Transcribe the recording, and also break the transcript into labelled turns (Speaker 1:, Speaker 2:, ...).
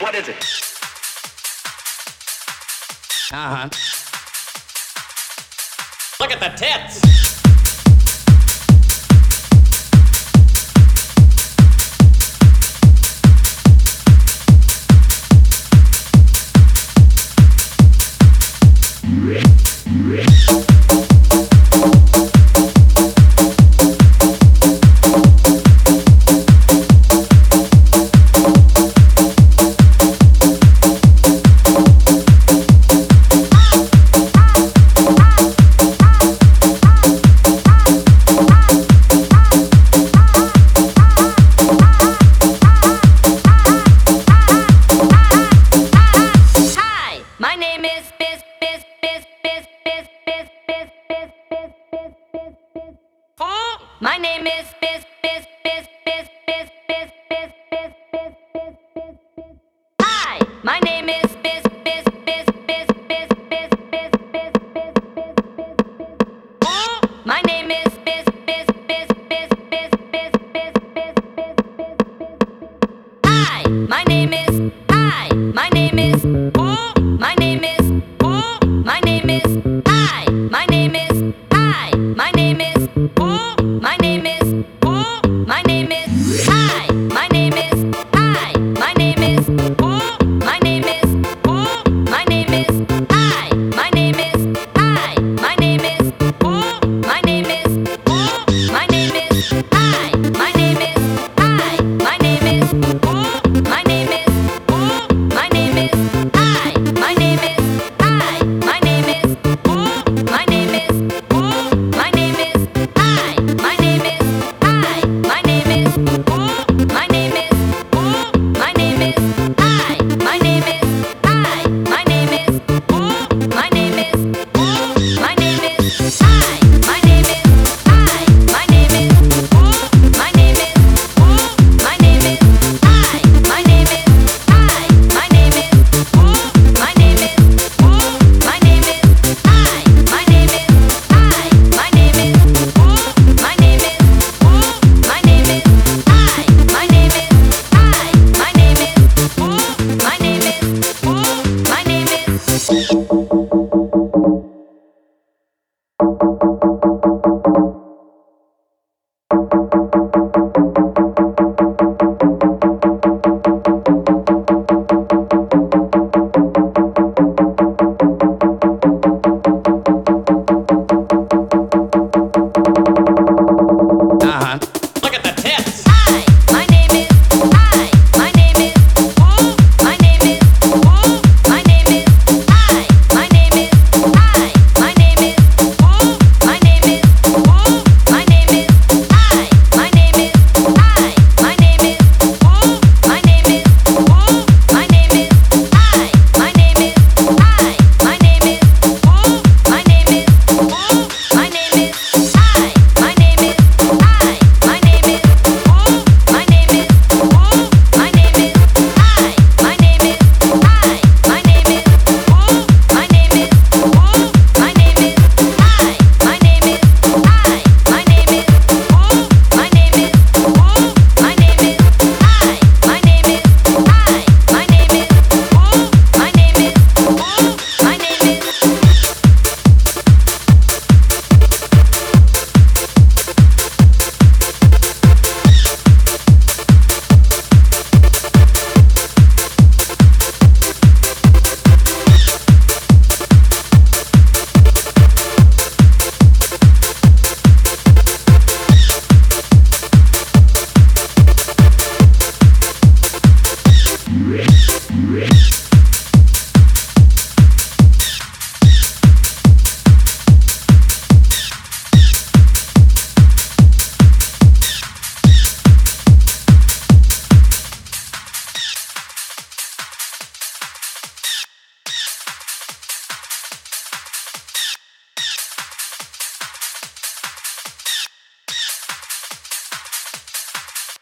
Speaker 1: What is it?
Speaker 2: Uh huh.
Speaker 3: Look at the tits.
Speaker 4: Hi, my name is Biz Biz Biz Biz Biz Biz Biz Biz Biz Biz Biz Biz. My name is Biz Biz Biz Biz Biz Biz Biz Biz Biz Biz Biz Biz. Hi, my name is Biz Biz Biz Biz Biz Biz Biz Biz Biz Biz Biz Biz. My name is Biz Biz Biz Biz Biz Biz Biz Biz Biz Biz Biz. Hi, my name is oh, oh, oh, oh,